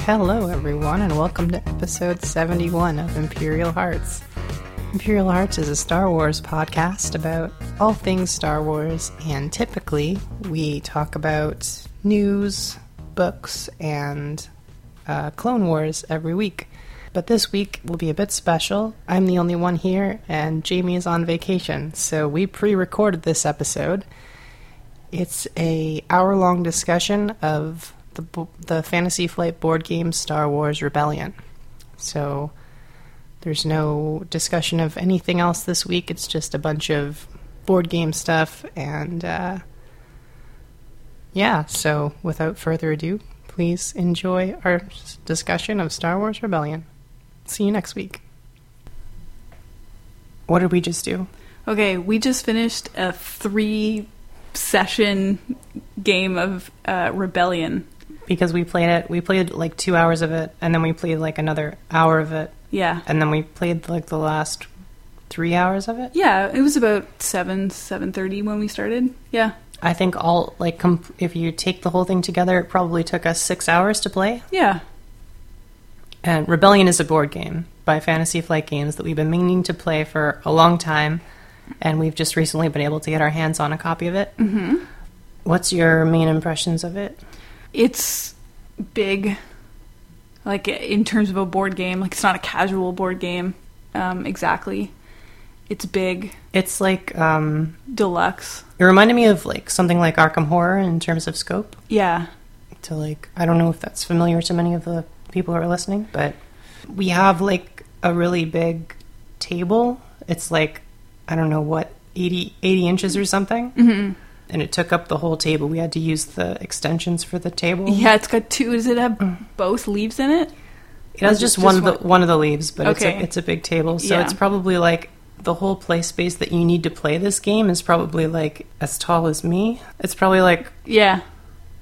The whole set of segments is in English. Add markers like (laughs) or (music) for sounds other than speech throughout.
Hello, everyone, and welcome to episode 71 of Imperial Hearts. Imperial Hearts is a Star Wars podcast about all things Star Wars, and typically we talk about news, books, and uh, Clone Wars every week. But this week will be a bit special. I'm the only one here, and Jamie is on vacation, so we pre recorded this episode. It's a hour long discussion of the bo- the Fantasy Flight board game Star Wars Rebellion. So there's no discussion of anything else this week. It's just a bunch of board game stuff and uh, yeah. So without further ado, please enjoy our s- discussion of Star Wars Rebellion. See you next week. What did we just do? Okay, we just finished a three session game of uh, Rebellion. Because we played it, we played like two hours of it, and then we played like another hour of it, Yeah. and then we played like the last three hours of it. Yeah, it was about 7 7:30 when we started. Yeah. I think all like com- if you take the whole thing together, it probably took us six hours to play. Yeah. And Rebellion is a board game by Fantasy Flight Games that we've been meaning to play for a long time, and we've just recently been able to get our hands on a copy of it. Mm-hmm. What's your main impressions of it? It's big like in terms of a board game, like it's not a casual board game um exactly. It's big, It's like um, deluxe. it reminded me of like something like Arkham Horror in terms of scope. Yeah. to like I don't know if that's familiar to many of the people who are listening, but we have like a really big table. It's like I don't know what 80, 80 inches or something. Mm-hmm. And it took up the whole table. We had to use the extensions for the table. Yeah, it's got two does it have both leaves in it? It has just, Just one of the, one- one of the leaves, but it's Okay. a, it's a big table, so Yeah. it's probably like the whole play space that you need to play this game is probably like as tall as me. It's probably like Yeah.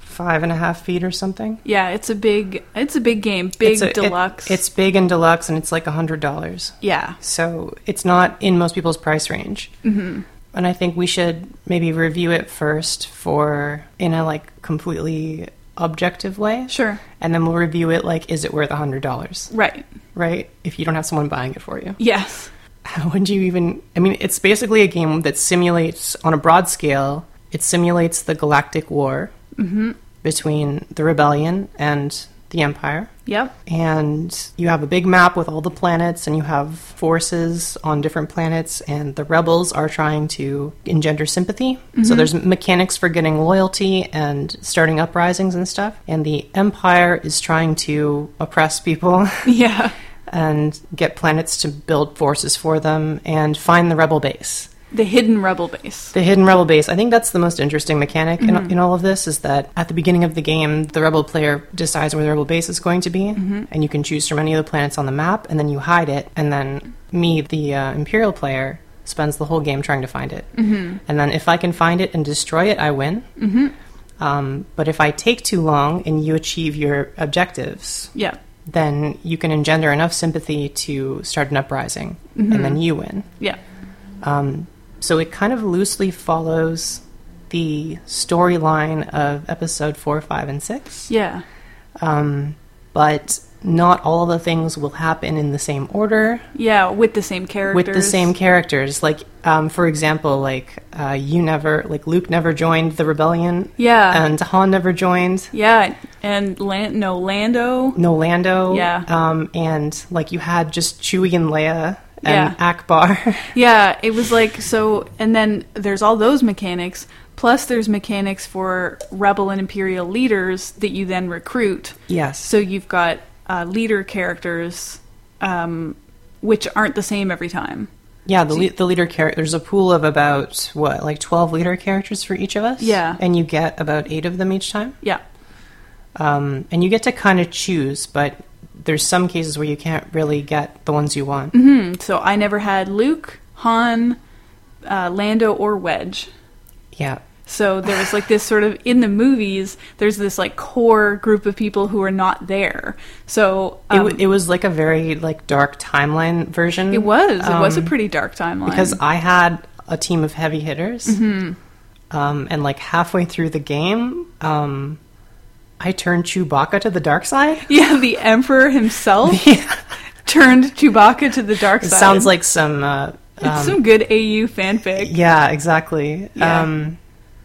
five and a half feet or something. Yeah, it's a big it's a big game, big It's a- it- deluxe. it's big and deluxe, and it's like a hundred dollars. yeah. So it's not in most people's price range. Mm-hmm. And I think we should maybe review it first for in a like completely objective way. Sure. And then we'll review it like is it worth a hundred dollars, Right. right? If you don't have someone buying it for you, (laughs) Yes. how would you even? I mean, it's basically a game that simulates on a broad scale. It simulates the galactic war Mm-hmm. between the rebellion and the empire. Yep. and you have a big map with all the planets and you have forces on different planets and the rebels are trying to engender sympathy so there's mechanics for getting loyalty and starting uprisings and stuff and the empire is trying to oppress people (laughs) Yeah. and get planets to build forces for them and find the rebel base The hidden rebel base. the hidden rebel base. I think that's the most interesting mechanic in, in all of this is that at the beginning of the game, the rebel player decides where the rebel base is going to be, and you can choose from any of the planets on the map, and then you hide it, and then me, the uh, imperial player, spends the whole game trying to find it, mm-hmm. and then if I can find it and destroy it, I win. Mm-hmm. Um, but if I take too long and you achieve your objectives, Yeah. then you can engender enough sympathy to start an uprising, and then you win. Yeah. Um, so it kind of loosely follows the storyline of episode four, five, and six, Yeah. um, but not all of the things will happen in the same order Yeah. With the same characters. with the same characters. Like, um, for example, like uh, you never, like Luke never joined the rebellion, Yeah. and Han never joined. yeah. And Lan- no Lando. No Lando, Yeah. um, and like you had just Chewie and Leia Yeah. and Akbar. (laughs) Yeah. It was like so. And then there's all those mechanics. Plus, there's mechanics for rebel and imperial leaders that you then recruit. yes, So you've got uh, leader characters, um, which aren't the same every time. Yeah, the, le- the leader character. There's a pool of about what, like twelve leader characters for each of us. Yeah. and you get about eight of them each time. Yeah. Um, and you get to kind of choose, but there's some cases where you can't really get the ones you want. hmm So I never had Luke, Han, uh, Lando, or Wedge. Yeah, So there was like this sort of in the movies. There's this like core group of people who are not there. So it, um, w- it was like a very like dark timeline version. it was it was a um, pretty dark timeline because I had a team of Mm-hmm. heavy hitters, um, and like halfway through the game, um, I turned Chewbacca to the dark side? (laughs) Yeah, the (laughs) Emperor himself turned Chewbacca to the dark It side. sounds like some. Uh, it's some good AU fanfic. yeah, exactly. Yeah. Um,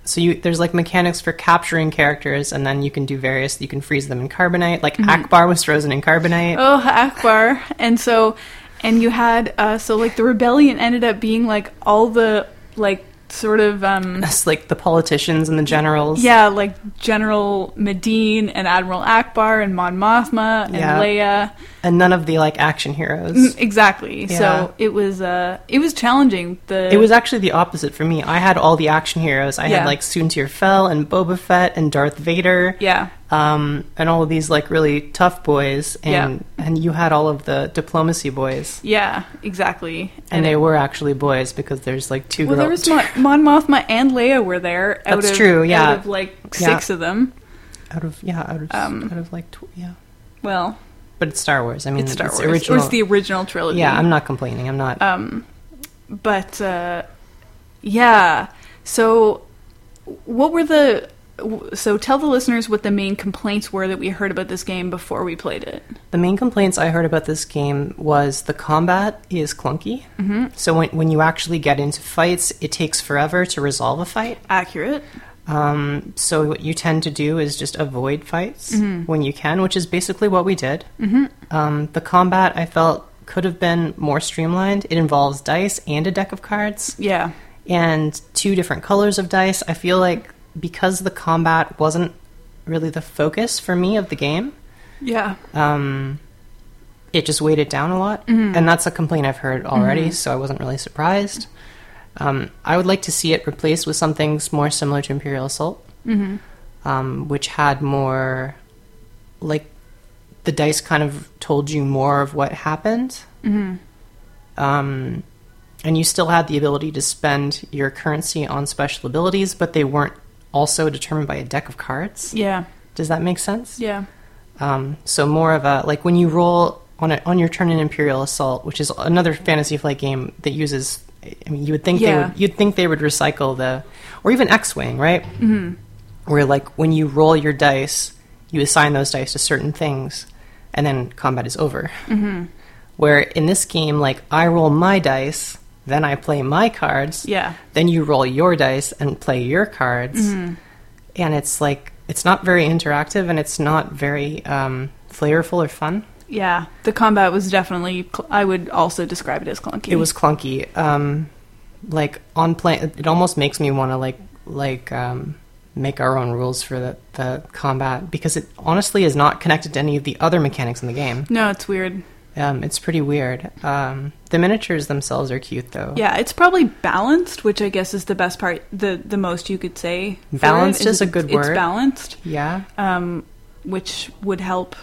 so you there's like mechanics for capturing characters, and then you can do various. You can freeze them in carbonite. Like Akbar was frozen in carbonite. (laughs) Mm-hmm. Oh, Akbar. And so, and you had, uh, so like the rebellion ended up being like all the, like, sort of, um, It's like the politicians and the generals. yeah, like General Medine and Admiral Akbar and Mon Mothma and Yeah. Leia. and none of the like action heroes. Mm, Exactly. Yeah. So it was, uh, it was challenging. The It was actually the opposite for me. I had all the action heroes. I Yeah. had like Soontir Fell and Boba Fett and Darth Vader. yeah, Um, and all of these like really tough boys, and and you had all of the diplomacy boys, yeah, exactly. and they were actually boys because there's like two Well, there girls. was Mon, Mon Mothma and Leia were there. Out That's of, true, yeah. Out of like Yeah. six of them. out of yeah, out of Um, out of like tw- yeah, Well, but Mm, it's Star Wars. I mean, it's Star Wars. Original. It was the original trilogy. yeah, I'm not complaining. I'm not. Um, but uh, yeah. So, what were the? w- So, tell the listeners what the main complaints were that we heard about this game before we played it. The main complaints I heard about this game was the combat is clunky. Mm-hmm. So when, when you actually get into fights, it takes forever to resolve a fight. Accurate. Um, so what you tend to do is just avoid fights Mm-hmm. when you can, which is basically what we did. Mm-hmm. Um, the combat I felt could have been more streamlined. It involves dice and a deck of cards Yeah. and two different colors of dice. I feel like because the combat wasn't really the focus for me of the game, Yeah. um, it just weighed it down a lot. And that's a complaint I've heard already, so I wasn't really surprised. Um, I would like to see it replaced with something s- more similar to Imperial Assault, um, which had more, like, the dice kind of told you more of what happened. Um, and you still had the ability to spend your currency on special abilities, but they weren't also determined by a deck of cards. Yeah. Does that make sense? Yeah. Um, so more of a like when you roll on a, on your turn in Imperial Assault, which is another Fantasy Flight game that uses. I mean, you would think they Yeah. would you'd think they would recycle the or even X Wing, right? Mm-hmm. Where like when you roll your dice, you assign those dice to certain things, and then combat is over. Mm-hmm. Where in this game, like I roll my dice, then I play my cards. Yeah. Then you roll your dice and play your cards and it's like it's not very interactive and it's not very um, flavorful or fun. Yeah. The combat was definitely. Cl- I would also describe it as clunky. It was clunky. Um, like on play, it almost makes me want to like like um, make our own rules for the, the combat because it honestly is not connected to any of the other mechanics in the game. No, it's weird. Um, it's pretty weird. Um, the miniatures themselves are cute though. Yeah, it's probably balanced, which I guess is the best part. the The most you could say. for it Balanced is a it's- good It's word. balanced, Yeah, um, which would help.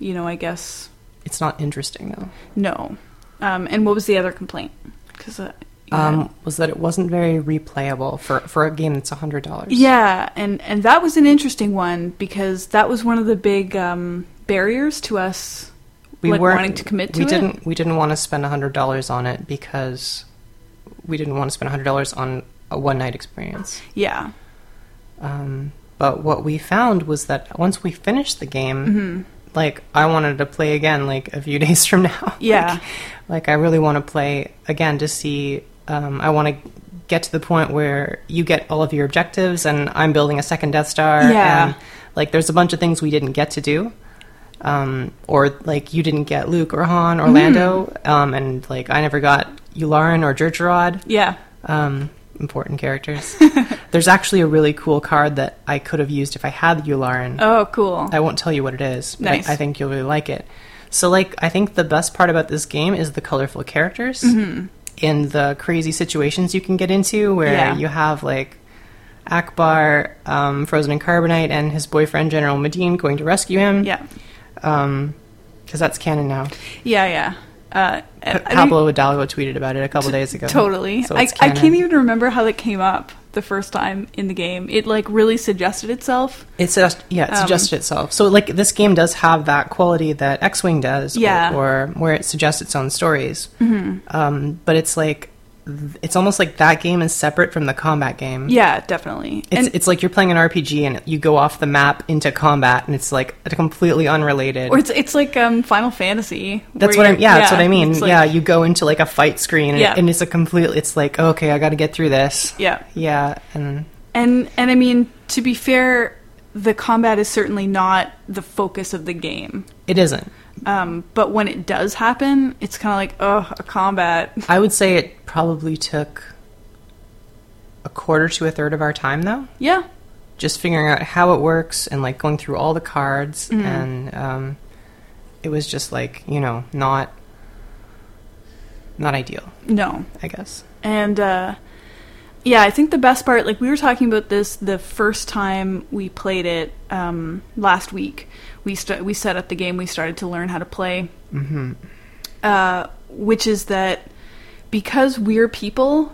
You know, I guess it's not interesting though. no. Um, and what was the other complaint? Because uh, Um, was that it wasn't very replayable for for a game that's hundred dollars? yeah, and and that was an interesting one because that was one of the big um, barriers to us like, weren't- wanting to commit to we it. didn't we didn't want to spend hundred dollars on it because we didn't want to spend hundred dollars on a one night experience. Yeah, Um, but what we found was that once we finished the game, Mm-hmm. like I wanted to play again like a few (laughs) days from now. Yeah. like, like, I really want to play again to see. Um, I want to get to the point where you get all of your objectives, and I'm building a second Death Star. Yeah. and, like there's a bunch of things we didn't get to do. Um, or like you didn't get Luke or Han Mm-hmm. or Lando, um, and like I never got Yularen or Jerjerod yeah, um, important (laughs) characters. There's actually a really cool card that I could have used if I had the Yularen. oh, cool. I won't tell you what it is, but I- Nice. I, think you'll really like it. So, like, I think the best part about this game is the colorful characters Mm-hmm. and the crazy situations you can get into where Yeah. you have, like, Akbar, um, frozen in carbonite, and his boyfriend, General Medine, going to rescue him. yeah, Because that's canon now. yeah, yeah. Uh, I Pa- think- Pablo Hidalgo tweeted about it a couple days ago. Totally. So I, it's I canon. can't even remember how that came up the first time in the game. It like really suggested itself. It suggest, yeah, it Um, suggested itself. So like this game does have that quality that X Wing does, or- Yeah. Mm-hmm. or, where it suggests its own stories. Um, but it's like it's almost like that game is separate from the combat game. Yeah, definitely. Mm-hmm. It's, and, it's like you're playing an RPG and you go off the map into combat and it's like completely unrelated. or it's it's like um, Final Fantasy. that's where what I'm. you're- Yeah, that's what I mean. it's like- yeah, you go into like a fight screen and, Yeah. and it's a complete. It's like okay, I got to get through this. yeah. Yeah, and And and I mean to be fair, the combat is certainly not the focus of the game. it isn't. Um, but when it does happen, it's kind of like oh, a combat. I would say it probably took a quarter to a third of our time though. Yeah, just figuring out how it works and like going through all the cards Mm-hmm. and um, it was just like you know not not ideal no, i guess and uh, yeah, I think the best part, like we were talking about this the first time we played it um, last week. We st- we set up the game. We started to learn how to play, mm-hmm. uh, which is that because we're people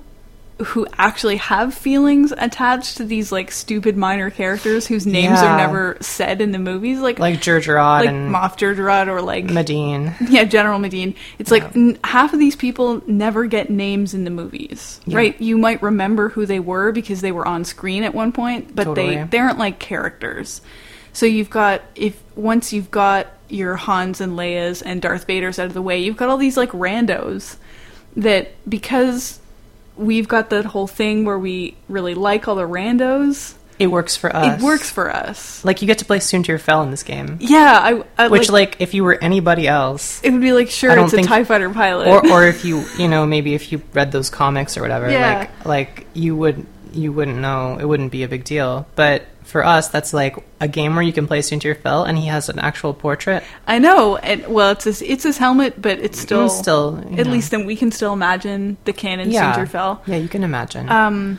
who actually have feelings attached to these like stupid minor characters whose names Yeah. are never said in the movies, like like Gergerod like and Moff Gergerod or like Medine. (laughs) yeah, General Medine. It's like n- half of these people never get names in the movies, Yeah. right? You might remember who they were because they were on screen at one point, but they Totally. they aren't like characters. So you've got if once you've got your Hans and Leia's and Darth Vader's out of the way, you've got all these like randos that because we've got that whole thing where we really like all the randos, It works for us. it works for us. like you get to play Soontir Fell in this game, Yeah, I, I which like, if you were anybody else, it would be like I sure don't it's a think- Tie Fighter pilot or or if you you know maybe if you read those comics or whatever, Yeah. like like you would you wouldn't know it wouldn't be a big deal. But for us, that's like a game where you can play Soontir Fell and he has an actual portrait. I know. And well, it's his, it's his helmet, but it's still Mm, still, you at know. least then we can still imagine the cannon yeah. fell. Yeah, you can imagine. Um,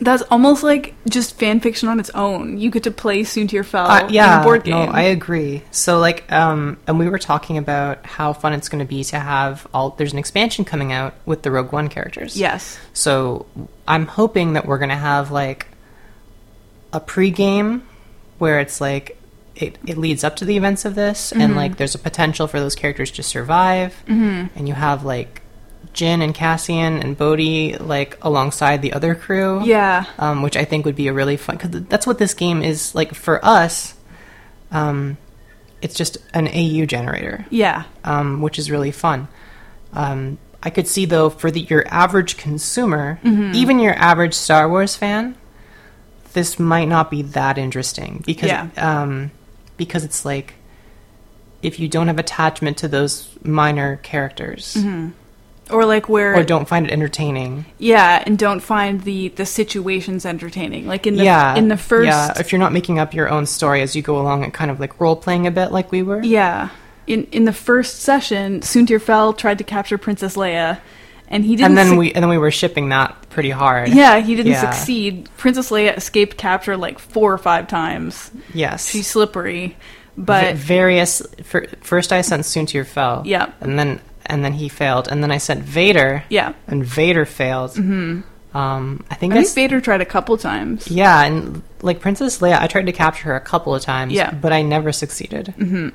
that's almost like just fan fiction on its own. You get to play Soontir Fell Uh, oh, in a board game. No, I agree. So like, um, and we were talking about how fun it's going to be to have all. There's an expansion coming out with the Rogue One characters. yes. So I'm hoping that we're going to have like a pregame where it's like it, it leads up to the events of this, and like there's a potential for those characters to survive, and you have like Jin and Cassian and Bodhi like alongside the other crew Yeah. um, which I think would be a really fun because that's what this game is like for us. Um, it's just an AU generator, Yeah. um, which is really fun. Um, I could see though for the, your average consumer, Mm-hmm. even your average Star Wars fan, this might not be that interesting because Yeah. um, because it's like if you don't have attachment to those minor characters Mm-hmm. Or like where or don't find it entertaining, yeah, and don't find the the situations entertaining. Like in the yeah in the first yeah if you're not making up your own story as you go along and kind of like role playing a bit like we were Yeah. In in the first session, Soontir Fell tried to capture Princess Leia and he and didn't then suc- we and then we were shipping that pretty hard Yeah, he didn't Yeah. succeed. Princess Leia escaped capture like four or five times. yes She's slippery, but V- various fir- first i sent soon to your foe Yeah. and then and then he failed and then i sent vader yeah. and vader failed mm-hmm. um i think I think that's Vader tried a couple times. yeah and like princess leia i tried to capture her a couple of times Yeah. but i never succeeded mm-hmm.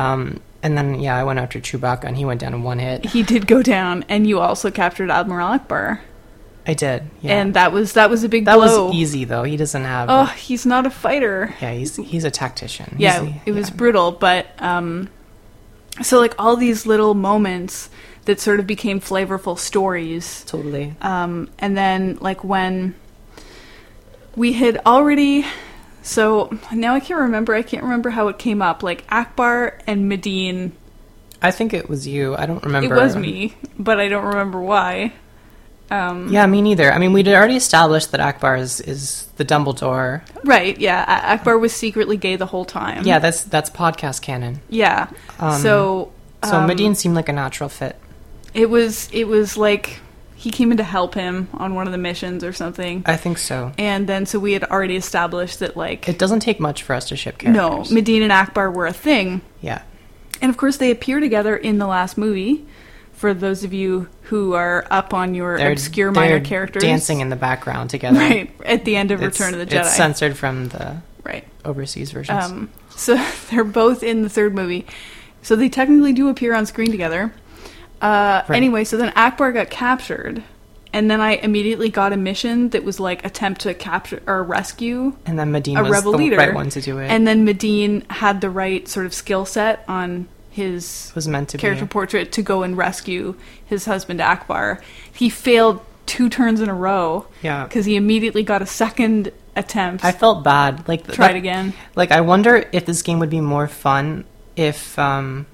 um and then yeah i went after chewbacca and he went down in one hit He did go down, and you also captured Admiral Akbar, i did yeah and that was that was a big that blow. was easy though he doesn't have Oh, he's not a fighter. Yeah, he's he's a tactician. Yeah, He's- it was yeah. brutal, but um, so like all these little moments that sort of became flavorful stories totally. Um, and then, like, when we had already. So now I can't remember. I can't remember how it came up. Like, Akbar and Medine. I think it was you. I don't It remember. was me, but I don't remember why. Um, Yeah, me neither. I mean, we'd already established that Akbar is, is the Dumbledore. Right, yeah. A- Akbar was secretly gay the whole time. Yeah, that's that's podcast canon. Yeah. Um, so. So um, Medine seemed like a natural fit. It was, it was like he came in to help him on one of the missions or something. I think so. And then, so we had already established that, like, It doesn't take much for us to ship no, characters. Medine and Akbar were a thing. yeah, And of course, they appear together in the last movie. For those of you who are up on your obscure minor they're characters, dancing in the background (laughs) together. right at the end of It's- Return of the Jedi, It's censored from the right? overseas versions. Um, so (laughs) they're both in the third movie, so they technically do appear on screen together. Uh, Right. Anyway, so then Akbar got captured, and then I immediately got a mission that was like attempt to capture or rescue And then Medine a was rebel the leader. right one to do it. And then Medine had the right sort of skill set on his was meant to character be. portrait to go and rescue his husband Akbar. He failed two turns in a row. Yeah. Because he immediately got a second attempt. I felt bad. Like th- tried that- again. Like I wonder if this game would be more fun if um,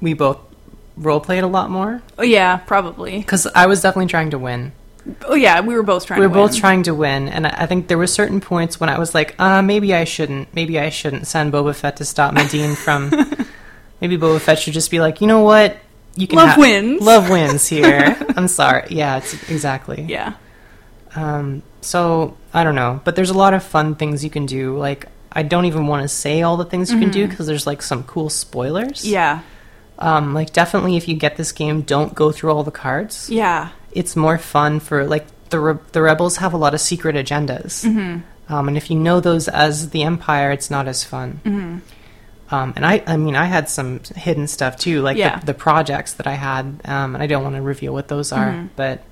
we both role played a lot more. Oh, yeah, probably. Because I was definitely trying to win. Oh yeah, we were both trying. we were to both win. trying to win, and I I think there were certain points when I was like, uh, maybe I shouldn't. Maybe I shouldn't send Boba Fett to stop Medine (laughs) from. maybe Boba Fett should just be like, you know what? You Love wins." Love wins (laughs) here. I'm sorry. Yeah, it's, exactly. Yeah. Um, so I don't know, but there's a lot of fun things you can do. Like I don't even want to say all the things you can do because there's like some cool spoilers. Yeah. Um, like definitely if you get this game, don't go through all the cards. Yeah. It's more fun for like the re- the rebels have a lot of secret agendas. Mm-hmm. Um, and if you know those as the Empire, it's not as fun. Um, and I, I mean, I had some hidden stuff too, like Mm-hmm. Yeah. the, the projects that I had, um, and I don't want to reveal what those are, Mm-hmm. but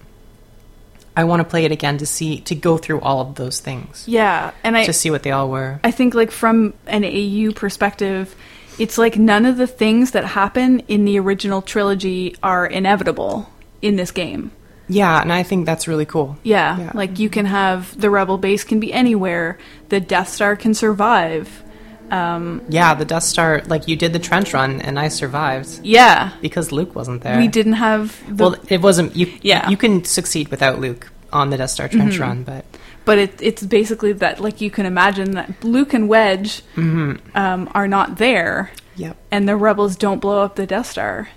I want to play it again to see to go through all of those things Yeah. And I to see what they all were. I think like from an AU perspective, it's like none of the things that happen in the original trilogy are inevitable in this game. Yeah, and I think that's really cool. Yeah, Yeah. like you can have the rebel base can be anywhere. The Death Star can survive. Um, Yeah, the Death Star, like you did the trench run, and I survived yeah, because Luke wasn't there. we didn't have. The, well, it wasn't. You, Yeah. Mm-hmm. you can succeed without Luke on the Death Star trench run, but but it, it's basically that like you can imagine that Luke and Wedge Mm-hmm. um, are not there, yep, and the rebels don't blow up the Death Star.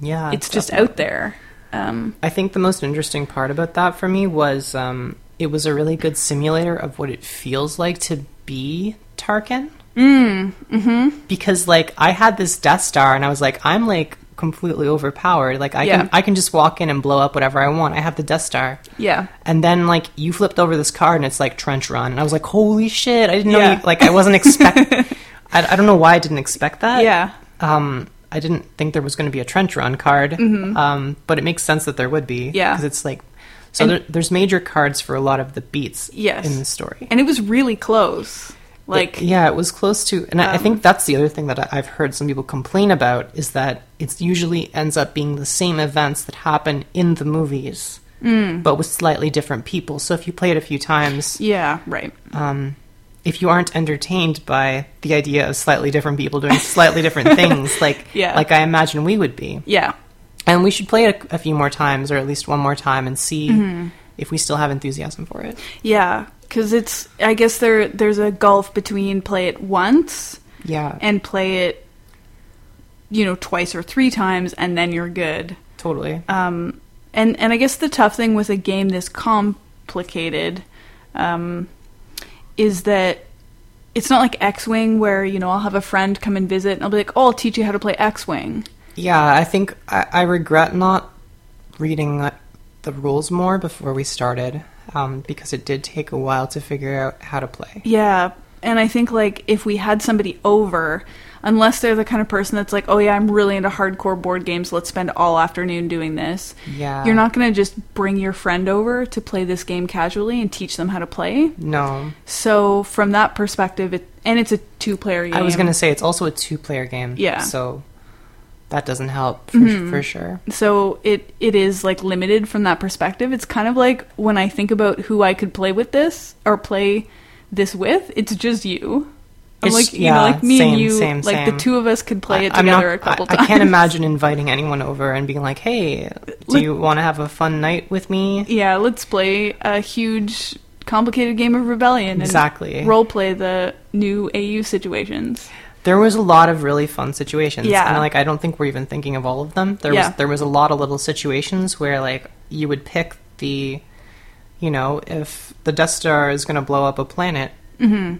yeah, It's just definitely. out there. Um, I think the most interesting part about that for me was um, it was a really good simulator of what it feels like to be Tarkin. Mm, mm-hmm. Because like I had this Death Star and I was like, I'm like completely overpowered. Like I Yeah. can I can just walk in and blow up whatever I want. I have the Death Star. yeah, And then like you flipped over this card and it's like trench run and I was like, holy shit! I didn't know. Yeah. You, like I (laughs) wasn't expect. I, I don't know why I didn't expect that yeah. um, I didn't think there was going to be a trench run card, um, but it makes sense that there would be. Mm-hmm. Yeah. because it's like so. there, there's major cards for a lot of the beats. Yes. in the story. and it was really close. Like, um, yeah, it was close to, and I I think that's the other thing that I- I've heard some people complain about is that it's usually ends up being the same events that happen in the movies, Mm. but with slightly different people. So if you play it a few times, yeah, right. um, if you aren't entertained by the idea of slightly different people (laughs) doing slightly different things, like Yeah. like I imagine we would be, Yeah, and we should play it a, a few more times, or at least one more time, and see Mm-hmm. if we still have enthusiasm for it. yeah. Because it's, I guess there there's a gulf between play it once Yeah, and play it, you know, twice or three times, and then you're good. totally. Um, and and I guess the tough thing with a game this complicated um, is that it's not like X Wing where you know I'll have a friend come and visit and I'll be like, oh, I'll teach you how to play X Wing. yeah, I think I, I regret not reading the, the rules more before we started, um, because it did take a while to figure out how to play. Yeah, and I think like if we had somebody over, unless they're the kind of person that's like, "Oh yeah, I'm really into hardcore board games. Let's spend all afternoon doing this." Yeah. You're not going to just bring your friend over to play this game casually and teach them how to play. No, So, from that perspective, it and it's a two-player game. I was gonna say it's also a two-player game. Yeah. Mm-hmm. so that doesn't help for, for sure. so it it is like limited from that perspective. It's kind of like when I think about who I could play with this or play this with, it's just you. I'm It's- like you yeah, know, like me same, and you, same, like same. the two of us could play it I- I'm together not- a couple I, times. I can't imagine inviting anyone over and being like, "Hey, do Like- you want to have a fun night with me?" (laughs) Yeah, let's play a huge, complicated game of rebellion. And Exactly. Role play the new AU situations. There was a lot of really fun situations, Yeah. and like I don't think we're even thinking of all of them. There Yeah. was there was a lot of little situations where like you would pick the, you know, if the Death Star is going to blow up a planet. Mm-hmm.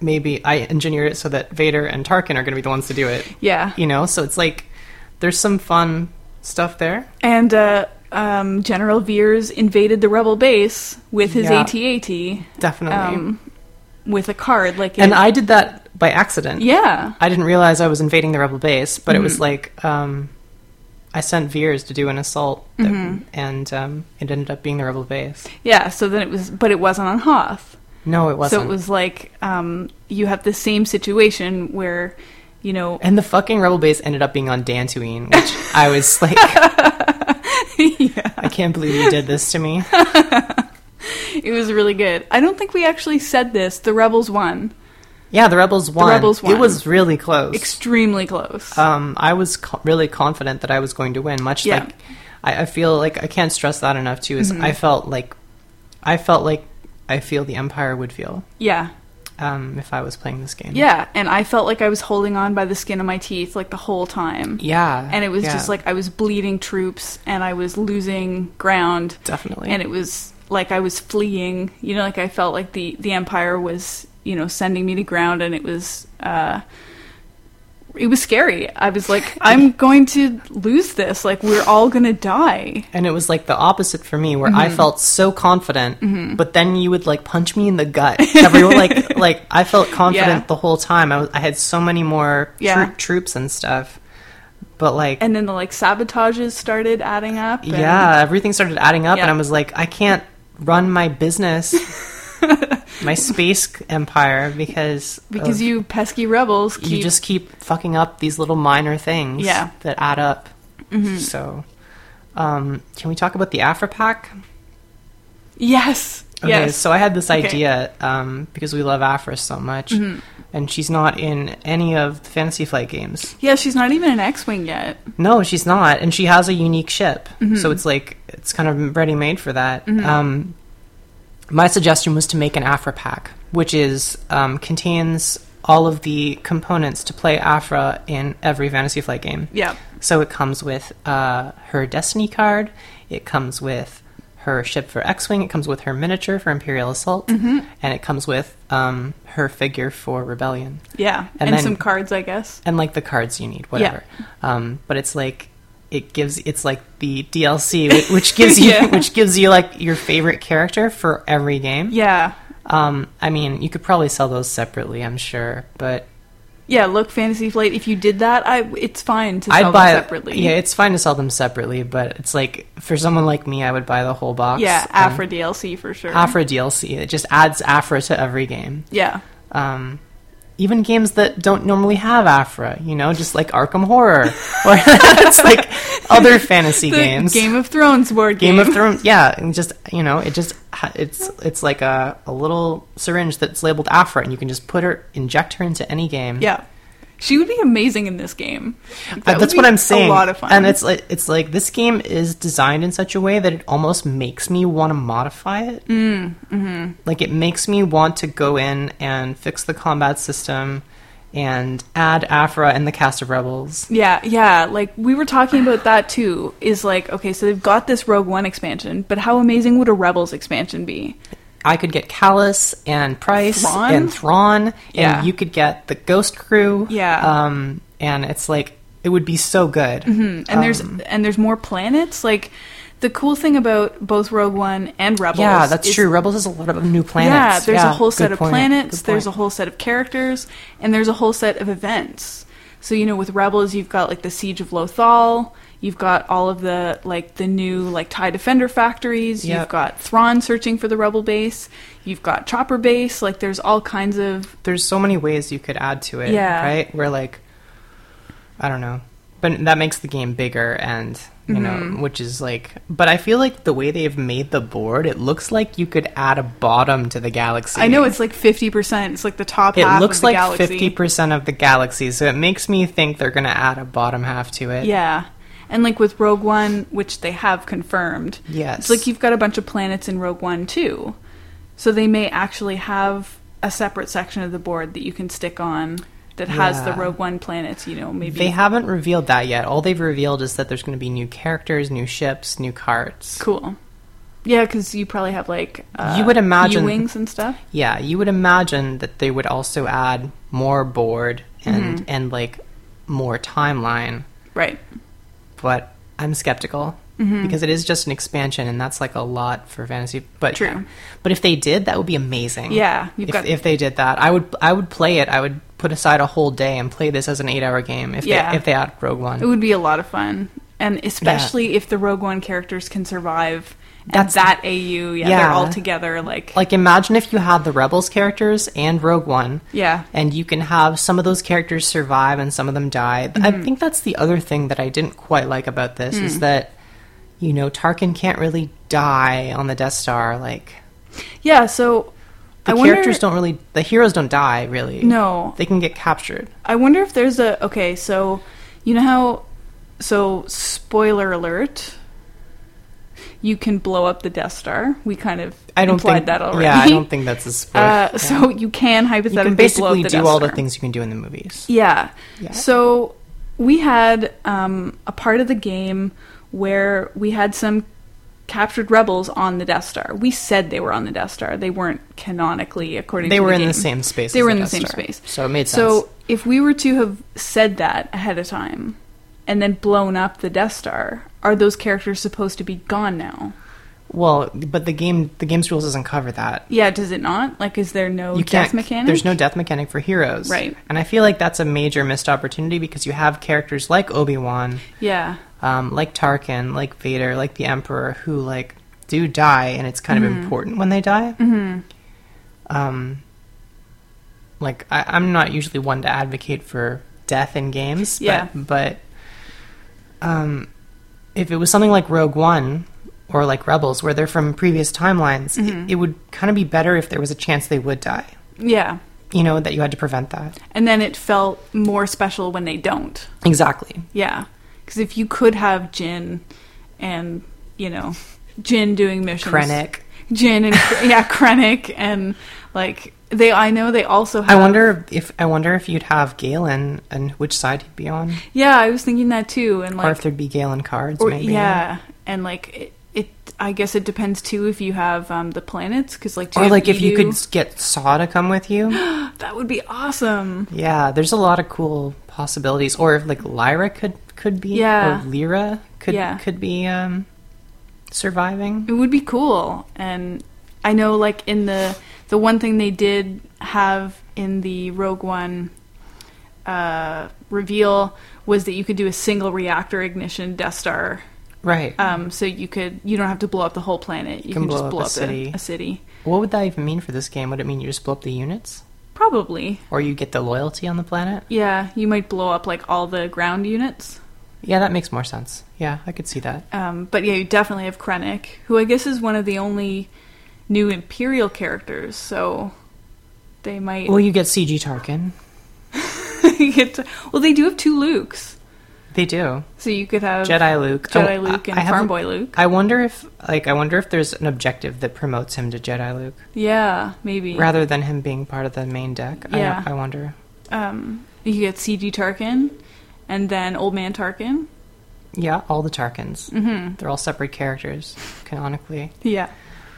Maybe I engineer it so that Vader and Tarkin are going to be the ones to do it. Yeah, You know, so it's like there's some fun stuff there. and uh, um, General Veers invaded the rebel base with his Yeah. AT-AT Definitely. um, with a card. Like, and it- I did that by accident. yeah, Mm-hmm. I didn't realize I was invading the rebel base, but it was like um, I sent Veers to do an assault, that, Mm-hmm. and um, it ended up being the Rebel base. Yeah, so then it was, but it wasn't on Hoth. No, it wasn't. So it was like um, you have the same situation where, you know, (laughs) and the fucking Rebel base ended up being on Dantooine, which I was (laughs) like, I can't believe you did this to me. it was really good. I don't think we actually said this. The Rebels won. Yeah, the Rebels won. Rebels It won. was really close. Extremely close. um, I was co- really confident that I was going to win. Much Yeah. Mm-hmm. like I, I feel like I can't stress that enough too. Is I felt like I felt like I feel the Empire would feel yeah. um, if I was playing this game. Yeah. And I felt like I was holding on by the skin of my teeth like the whole time. yeah, And it was yeah, just like I was bleeding troops and I was losing ground. definitely. And it was like I was fleeing. You know, like I felt like the, the Empire was, you know, sending me to ground and it was. Uh, it was scary. I was (laughs) like, I'm going to lose this. Like, we're all going to die. and it was like the opposite for me where i Mm-hmm. felt so confident but then you would like punch me in the gut (laughs) everyone like like i felt confident Yeah. the whole time I, was, I had so many more Yeah. troop, troops and stuff but like and then the like sabotages started adding up. and- yeah everything started adding up and Yeah. i was like i can't run my (laughs) business my space c- empire because because of- you pesky rebels keep. you just keep fucking up these little minor things Yeah. Mm-hmm. that add up so um, can we talk about the afropack yes, Okay, yes, so I had this Okay. Mm-hmm. idea um, because we love Afra so much, and she's not in any of the Fantasy Flight games. yeah. She's not even an X-wing yet. No, she's not, and she has a unique ship, Mm-hmm. so it's like it's kind of ready made for that. Um, my suggestion was to make an Afra pack, which is um, contains all of the components to play Afra in every Fantasy Flight game. Yeah, So it comes with uh, her Destiny card. It comes with her ship for X Wing. It comes with her miniature for Imperial Assault. Mm-hmm. And it comes with um, her figure for Rebellion. yeah, And and, then- some cards, I guess. And like the cards you need, whatever. Um, but it's like. It gives it's like the DLC, whi- which (laughs) gives you Yeah. which gives you like your favorite character for every game. Yeah, Um, I mean, you could probably sell those separately, I'm sure, but yeah. Look, Fantasy Flight. If you did that, I it's fine to sell I'd buy them separately. Yeah, it's fine to sell them separately, but it's like for someone like me, I would buy the whole box. yeah, Um, Afra DLC for sure. Afra DLC. It just adds Afra to every game. Yeah, Um, even games that don't normally have Afra, you know, just like Arkham Horror, (laughs) or it's like other fantasy (laughs) the games. Game of Thrones board game. Game of Thrones, yeah, and just you know, it just ha- it's it's like a, a little syringe that's labeled Afra, and you can just put her, inject her into any game. Yeah, she would be amazing in this game. Uh, That would that's be what I'm saying. A lot of fun. And it's like it's like this game is designed in such a way that it almost makes me want to modify it. Mm, mm-hmm. Like it makes me want to go in and fix the combat system and add Afra and the cast of rebels. Yeah, yeah. Like we were talking about that too. Is like okay, so they've got this Rogue One expansion, but how amazing would a Rebels expansion be? I could get Callus and Price Thrawn? and Thrawn, Yeah. and you could get the Ghost Crew. Yeah. Mm-hmm. um, and it's like it would be so good. And there's um, and there's more planets. Like the cool thing about both Rogue One and Rebels. Yeah, that's is- true. Rebels is a lot of new Yeah, planets. there's a whole set good of point, planets. good There's a point. whole set of characters, and there's a whole set of events. So you know, with Rebels, you've got like the Siege of Lothal. You've got all of the like the new like Tie Defender factories. Yep. You've got Thrawn searching for the Rebel base. You've got Chopper base. Like there's all kinds of there's so many ways you could add to it, Yeah. right? Where like I don't know. But that makes the game bigger and you Mm-hmm. know, which is like but I feel like the way they've made the board, it looks like you could add a bottom to the galaxy. I know it's like fifty percent. It's like the top it half of looks the like galaxy. fifty percent of the galaxy, so it makes me think they're gonna add a bottom half to it. Yeah, and like with Rogue One, which they have confirmed. Yes. it's like you've got a bunch of planets in Rogue One too, so they may actually have a separate section of the board that you can stick on that has the Yeah. Rogue One planets. You know, maybe They haven't revealed that yet. All they've revealed is that there's gonna be new characters, new ships, new cards. cool. Yeah, because you probably have like uh, You would imagine- wings and stuff. Yeah, you would imagine that they would also add more board and Mm-hmm. and like more timeline, Right. but I'm skeptical Mm-hmm. because it is just an expansion and that's like a lot for fantasy. But True. yeah. But if they did, that would be amazing. Yeah, you've Mm. If, got- if they did that, I would I would play it. I would put aside a whole day and play this as an 8-hour game if Yeah. they if they add Rogue It One. would be a lot of fun. and especially if the Rogue One characters can survive That's- at that AU. Yeah, they're Yeah. all together. Like, Like, imagine if you had the Rebels characters and Rogue One. yeah, And you can have some of those characters survive and some of them die. Mm-hmm. I think that's the other thing that I didn't quite like about this Mm. is that, you know, Tarkin can't really die on the Death Star. Like, yeah. So the I wonder. characters don't really, the heroes don't die, really. No. They can get captured. I wonder if there's a okay. So you know how? So spoiler alert. You can blow up the Death Star. We kind of I don't implied think, that already. (laughs) Yeah, I don't think that's a spoiler. Uh, Yeah. So you can you hypothetically can blow basically up the do Death all the Star. things you can do in the movies. Yeah. Yeah. So we had um, a part of the game where we had some captured rebels on the Death Star. We said they were on the Death Star. They weren't canonically according They to were the in the game. same space. They as were in the Death same Star. space. So it made sense. So if we were to have said that ahead of time and then blown up the Death Star, are those characters supposed to be gone now? well, but the game, the game's rules doesn't cover that. Yeah, does it not? Like is there no you can't Oh, death mechanic? there's no death mechanic for heroes Right. and i feel like that's a major missed opportunity because you have characters like obi-wan Yeah. um, like tarkin like vader like the emperor who like do die and it's kind of important when they die mm-hmm. um, like I, i'm not usually one to advocate for death in games Yeah. but, but um, if it was something like rogue one or like rebels where they're from previous timelines it, it would kind of be better if there was a chance they would die Yeah. you know that you had to prevent that And then it felt more special when they don't. exactly Yeah, because if you could have Jin and you know Jin doing missions, krennic Jin and yeah, Krennic and like they, I know they also i have. wonder if i wonder if you'd have galen and which side he'd be on yeah, I was thinking that too, and or if like there'd be galen cards or- maybe yeah, and like it, it. I guess it depends too if you have um, the planets because like do or have like if you could Edu? s- get saw to come with (gasps) you that would be awesome. yeah there's a lot of cool possibilities or if like lyra could could be Yeah. or lyra could Yeah. could be um surviving It would be cool. And I know like in the the one thing they did have in the Rogue One uh, reveal was that you could do a single reactor ignition Death Star. right Um, so you could you don't have to blow up the whole planet. Mm-hmm. You can can, blow just up blow a up, a, city. a city. what would that even mean for this game would it mean you just blow up the units Probably. or you get the loyalty on the planet Yeah, you might blow up like all the ground units. yeah that makes more sense yeah i could see that Um, but yeah, you definitely have Krennic, who I guess is one of the only new Imperial characters, so they might well you get cg tarkin (laughs) You get to- well, they do have two Lukes, they do so you could have Jedi Luke. Jedi Oh, Luke, and haven't- Farm Boy Luke. I wonder if, like, I wonder if there's an objective that promotes him to Jedi Luke Yeah, maybe. rather than him being part of the main deck. Yeah. I, I wonder. Um, you get CG Tarkin, and then Old Man Tarkin. Yeah, all the Tarkins. Mm-hmm. They're all separate characters canonically. Yeah,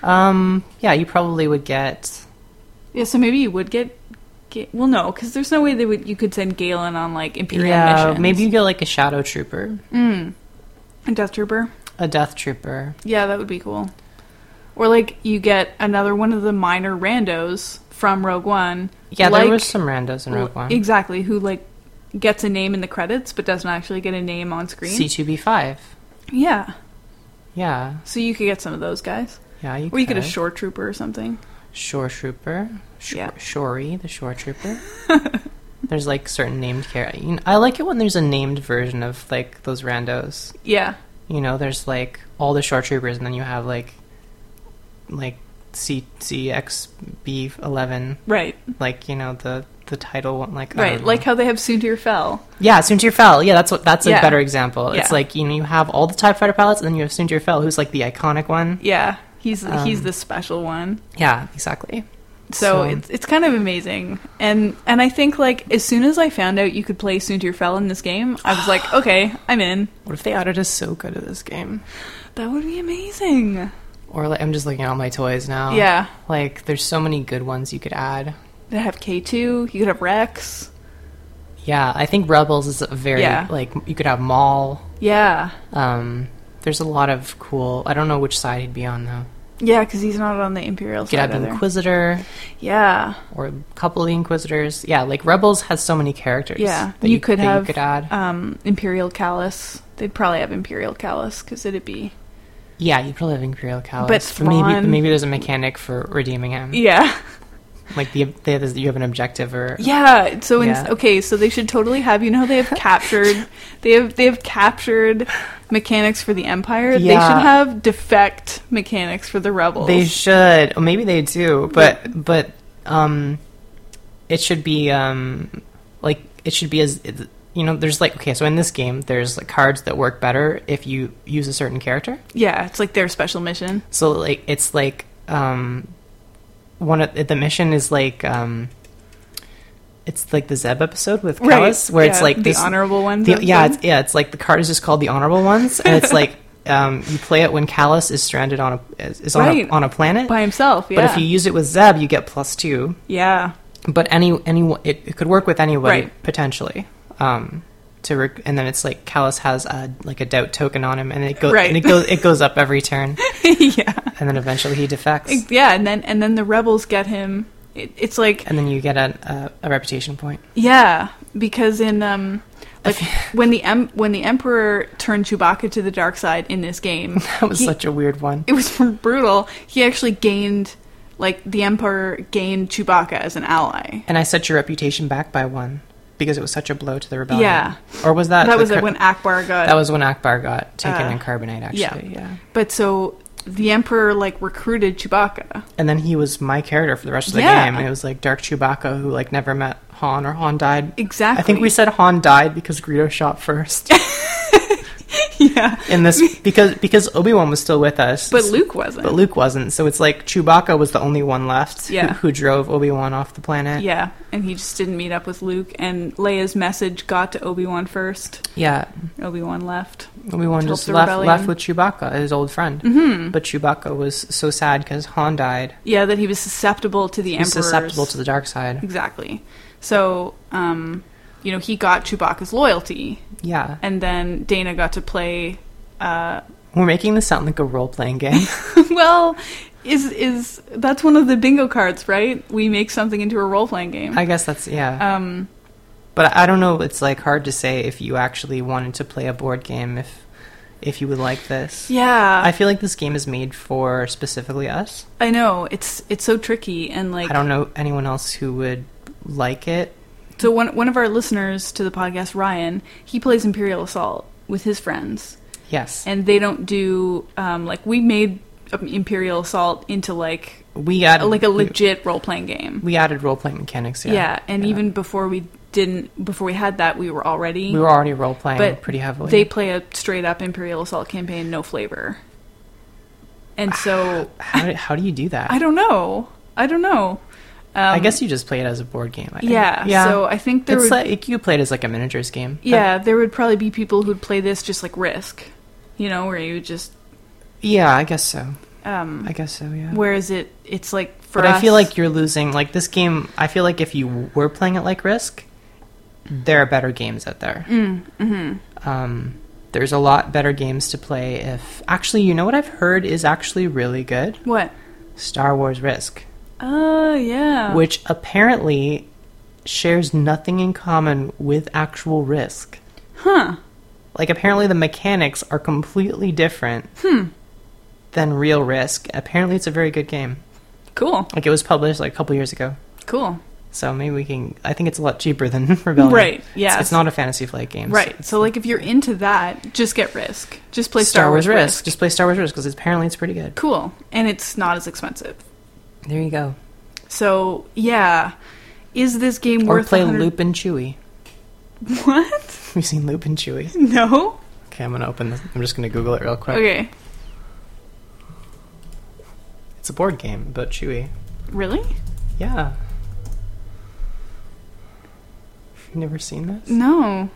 Um, yeah, you probably would get. yeah. So maybe you would get, Ga- well, no, because there's no way they would. You could send Galen on like Imperial Yeah, missions. maybe you get like a Shadow Trooper, a Death Trooper. a Death Trooper. Yeah, that would be cool. Or like you get another one of the minor randos from Rogue One. Yeah, like, there was some randos in Rogue One. Exactly, who like gets a name in the credits but doesn't actually get a name on screen. C two B five. Yeah. Yeah, So you could get some of those guys. yeah. You Or you get a shore trooper or something. Shore Trooper. Shor- Yeah. Shori, the Shore (laughs) Trooper. there's like certain named characters. You know, I like it when there's a named version of like those randos. Yeah. You know, there's like all the Shore Troopers, and then you have like like C C X B eleven, Right. like you know the the title one, like I Right. don't know. Like how they have Sundir Fell. yeah, Suntir Fell. Yeah, that's what that's a Yeah. better example. It's Yeah. like you know you have all the Tie Fighter pilots, and then you have Suntir Fell, who's like the iconic one. Yeah. He's he's Um, the special one. Yeah, exactly. So, so- it's it's kind of amazing. And and I think like as soon as I found out you could play Sundir Fell in this game, I (gasps) was like, okay, I'm in. What if they added Ahsoka to this game? That would be amazing. Or like I'm just looking at all my toys now. Yeah. Like there's so many good ones you could add. They have K two, you could have Rex. Yeah, I think Rebels is a very Yeah. like you could have Maul. Yeah. Um there's a lot of cool I don't know which side he'd be on though. Yeah, because he's not on the Imperial You could have side the either. Inquisitor yeah, or a couple of the Inquisitors. Yeah, like Rebels has so many characters yeah. that You could that have you could add. um, Imperial Callus. They'd probably have Imperial Callus because it'd be Yeah, you probably have Imperial Callus. But maybe Thrawn- maybe there's a mechanic for redeeming him. yeah, Like the, the, you have an objective or yeah. So in, Yeah. okay, so they should totally have. You know how they have captured they have they have captured mechanics for the Empire. They should Yeah. have defect mechanics for the rebels. They should. Or maybe they do, but but um it should be um like it should be as you know, there's like okay, so in this game there's like cards that work better if you use a certain character. yeah, it's like their special mission. So like it's like um one of the mission is like um it's like the Zeb episode with Right, Callus, where it's yeah, like the this- honorable ones the- episode. yeah, it's, yeah, it's like the card is just called the honorable ones, and (laughs) it's like um, you play it when Callus is stranded on a is is on, Right. a, on a planet By himself, yeah. But if you use it with Zeb, you get plus two. yeah, But any anyone, it, it could work with anybody Right. potentially. Um, to rec- and then it's like Callus has a like a doubt token on him, and it goes Right. and it goes it goes up every turn, (laughs) yeah, and then eventually he defects, yeah, and then and then the rebels get him. It, it's like and then you get a, a, a reputation point. (laughs) Yeah, because in um, like when the em- when the emperor turned Chewbacca to the dark side in this (laughs) game, That was he- such a weird one. it was brutal. He actually gained like the emperor gained Chewbacca as an ally. And I set your reputation back by one because it was such a blow to the rebellion. Yeah. or was that that the was cur- it when Akbar got. that was when Akbar got taken Uh, in carbonate actually. yeah, But so the emperor like recruited Chewbacca. and then he was my character for the rest of the Yeah. game. And it was like Dark Chewbacca, who like never met Han, or Han died. I Exactly. think we said Han died because Greedo shot first (laughs) yeah, in this because because Obi Wan was still with us, but Luke wasn't. but Luke wasn't. So it's like Chewbacca was the only one left. who- Yeah. who, drove Obi Wan off the planet. yeah, and he just didn't meet up with Luke. And Leia's message got to Obi Wan first. yeah. Obi Wan left. Obi Wan Helped just the left rebellion. left with Chewbacca, his old friend. Mm-hmm. But Chewbacca was so sad because Han died. Yeah, that he was susceptible to the He's emperor's susceptible to the dark side. exactly. So, um, you know, he got Chewbacca's loyalty, Yeah, and then Dana got to play. Uh, (laughs) we're making this sound like a role playing game. well, is is that's one of the bingo cards, right? We make something into a role playing game. I guess that's yeah. um, But I don't know. It's like hard to say if you actually wanted to play a board game if if you would like this. yeah, I feel like this game is made for specifically us. I know it's it's so tricky, and like I don't know anyone else who would like it. So one one of our listeners to the podcast, Ryan, he plays Imperial Assault with his friends. Yes, and they don't do um, like we made um, Imperial Assault into like we added like a legit role playing game. we added role playing mechanics. Yeah, Yeah, and even before we didn't before we had that, we were already we were already role playing but pretty heavily. They play a straight up Imperial Assault campaign, no flavor. (sighs) And so how, do, how do you do that? I don't know. I don't know. Um, I guess you just play it as a board game. I think. yeah, So I think there it's would like uh, you play it as like a miniatures game. yeah there would probably be people who'd play this just like Risk, you know, where you just yeah, I guess so. um, I guess so. Yeah. whereas it it's like for but I feel us- like you're losing. Like this game, I feel like if you were playing it like Risk, there are better games out there. Mm-hmm. Um, there's a lot better games to play. If actually, you know what I've heard is actually really good, what Star Wars Risk, Oh yeah. which apparently shares nothing in common with actual Risk. huh. Like apparently, the mechanics are completely different than real Risk. Apparently, it's a very good game. Cool. Like it was published like a couple years ago. Cool. So maybe we can. I think it's a lot cheaper than (laughs) Rebellion. Right, It's- yes. It's, not a fantasy flight game. so Right. it's So like if you're into that, just get Risk. Just play Star, Wars, Risk. Risk. Just play Star Wars Risk because apparently it's pretty good. Cool. And it's not as expensive. There you go. So, yeah. Is this game Or worth play 100 Loop and Chewy. (laughs) (laughs) What? We've seen Loop and Chewy. No. Okay, I'm gonna open this. I'm just gonna Google it real quick. Okay. It's a board game about Chewy. Really? Yeah. You've never seen this? No.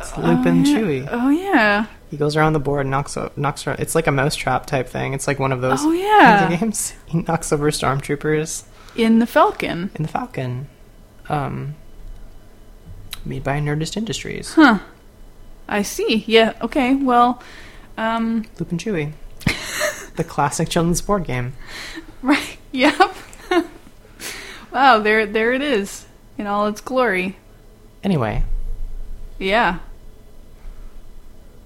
It's Loop and yeah. Chewy. Oh yeah. He goes around the board and knocks o- knocks around. It's like a mousetrap type thing. It's like one of those Oh yeah. (laughs) games. He knocks over stormtroopers. In the Falcon. in the Falcon, um, made by Nerdist Industries. Huh. I see. Yeah. Okay. Well, um (laughs) Loop and Chewy, the classic children's board game. Right. Yep. (laughs) wow. There. There it is in all its glory. Anyway, Yeah.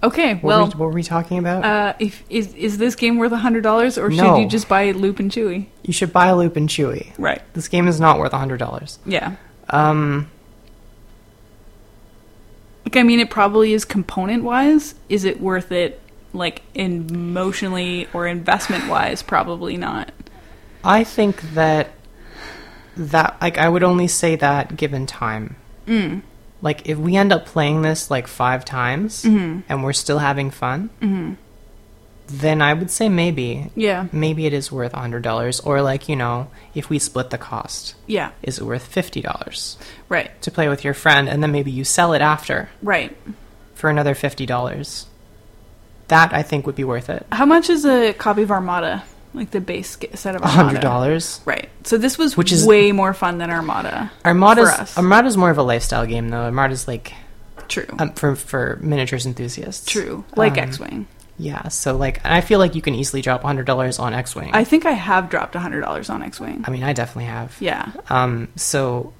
Okay. What, well, were, we, what were we talking about? uh, if is is this game worth a hundred dollars, or No. should you just buy Loop and Chewy? you should buy Loop and Chewy. Right. This game is not worth hundred dollars. Yeah. Um, Like, I mean, it probably is component wise. Is it worth it? Like emotionally or investment wise, probably not. I think that that like I would only say that given time. Mm. Like if we end up playing this like five times Mm-hmm. and we're still having fun, then I would say maybe Yeah. maybe it is worth hundred dollars. Or like you know, if we split the cost, Yeah. is it worth fifty dollars Right. to play with your friend, and then maybe you sell it after Right. for another fifty dollars? That I think would be worth it. How much is a copy of Armada? Like the base ga- set of Armada. Hundred dollars. Right. So this was Which is- way more fun than Armada. Armada's For us. Armada's more of a lifestyle game though. Armada's like True. um, for for miniatures enthusiasts. True. Like Um, X-wing. Yeah, so like and I feel like you can easily drop hundred dollars on X Wing. I I, think I have dropped hundred dollars on X-wing. mean I definitely have. Yeah. Um so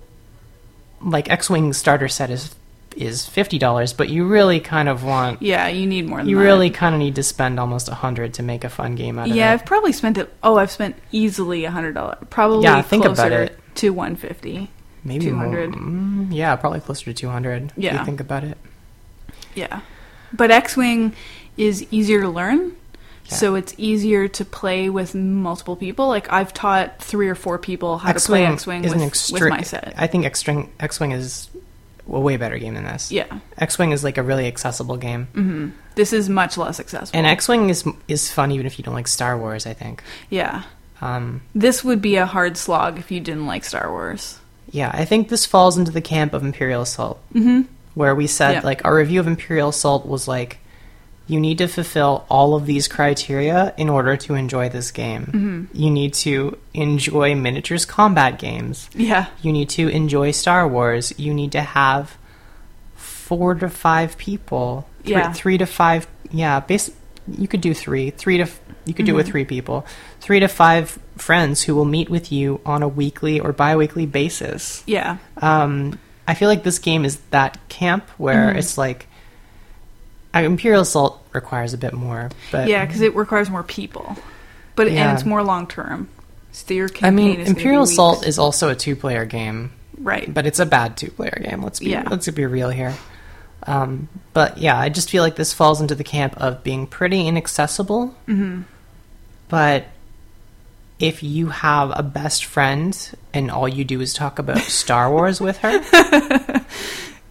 like X Wing starter set is is fifty dollars, but you really kind of want Yeah. You need more. Than you that. really kind of need to spend almost a hundred to make a fun game out of Yeah. it. I've probably spent it. Oh, I've spent easily hundred dollars. Probably. Yeah, think closer about it. To one fifty. Maybe more- 200. mm, yeah, probably closer to two hundred. If Yeah. you think about it. Yeah. But X-wing is easier to learn. Yeah. So it's easier to play with multiple people. Like I've taught three or four people how to play X-wing with, with extre- my set. I think X-Wing, X-Wing is a way better game than this. Yeah. X-Wing is like a really accessible game. hmm This is much less accessible. And X-Wing is is fun even if you don't like Star Wars, I think. yeah. Um, This would be a hard slog if you didn't like Star Wars. yeah, I think this falls into the camp of Imperial Assault, Mm-hmm. where we said Yeah. like our review of Imperial Assault was like you need to fulfill all of these criteria in order to enjoy this game. Mm-hmm. You need to enjoy miniatures combat games. Yeah. You need to enjoy Star Wars. You need to have four to five people. Three, Yeah. three to five. Yeah, bas- you could do three. Three to f- you could do Mm-hmm. it with three people. Three to five friends who will meet with you on a weekly or biweekly basis. Yeah. Um, I feel like this game is that camp where Mm-hmm. it's like uh, Imperial Assault requires a bit more, but Yeah, because it requires more people, but Yeah. and it's more long term. So your I campaign mean, is gonna be Imperial weeks. Assault is also a two-player game. right. but it's a bad two-player game. Let's be Yeah. let's be real here. Um, but yeah, I just feel like this falls into the camp of being pretty inaccessible. Mm-hmm. But if you have a best friend and all you do is talk about Star Wars with her,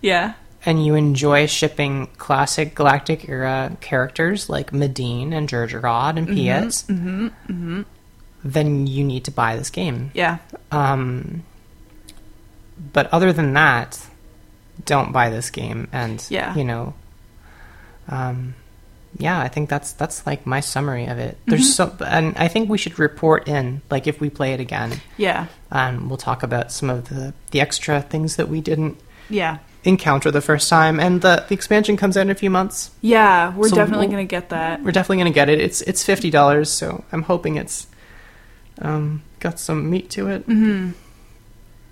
yeah, and you enjoy shipping classic Galactic era characters like Medine and Jar Jar Rod and Pietz, then you need to buy this game. yeah, Um, but other than that, don't buy this game. And Yeah. you know, um, yeah, I think that's that's like my summary of it. There's so, and I think we should report in like if we play it again, yeah, and we'll talk about some of the the extra things that we didn't yeah, encounter the first time. And the the expansion comes out in a few months. yeah. We're So definitely we'll- gonna get that. We're definitely gonna get it. It's it's fifty dollars, so I'm hoping it's um, got some meat to it. Mm-hmm.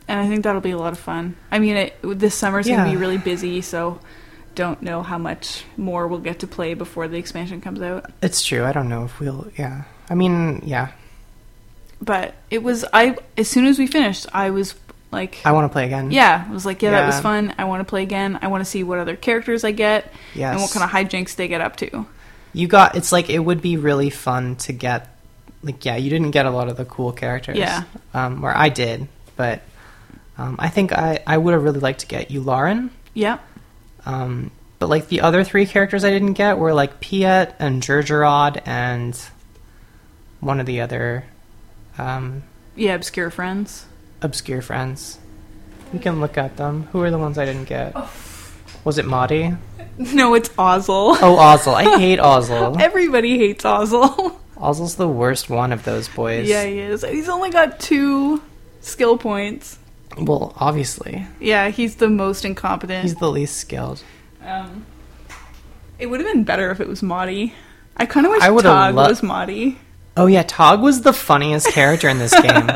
and I think that'll be a lot of fun. I mean, it, this summer's gonna be Yeah. really busy, so don't know how much more we'll get to play before the expansion comes out. It's true. I don't know if we'll. Yeah. I mean, yeah. But it was I as soon as we finished, I was like, I want to play again. yeah, I was like, yeah, that was Yeah. fun. I want to play again. I want to see what other characters I get Yes. and what kind of hijinks they get up to. You got. It's like it would be really fun to get. Like yeah, you didn't get a lot of the cool characters. Yeah. Um, or I did, but um, I think I I would have really liked to get you Lauren. Yeah, Um, but like the other three characters I didn't get were like Piet and Gergerod and one of the other um, yeah, obscure friends. (laughs) obscure friends. You can look at them. Who are the ones I didn't get? Was it Maudie? No, it's Ozzel. Oh, Ozzel. I (laughs) hate Ozzel. Everybody hates Ozzel. (laughs) Ozzel's the worst one of those boys. yeah, he is. He's only got two skill points. Well, obviously. Yeah, he's the most incompetent. He's the least skilled. Um, it would have been better if it was Maudie. I kind of wish I would've Tog lo- was Maudie. Oh, yeah, Tog was the funniest (laughs) character in this game.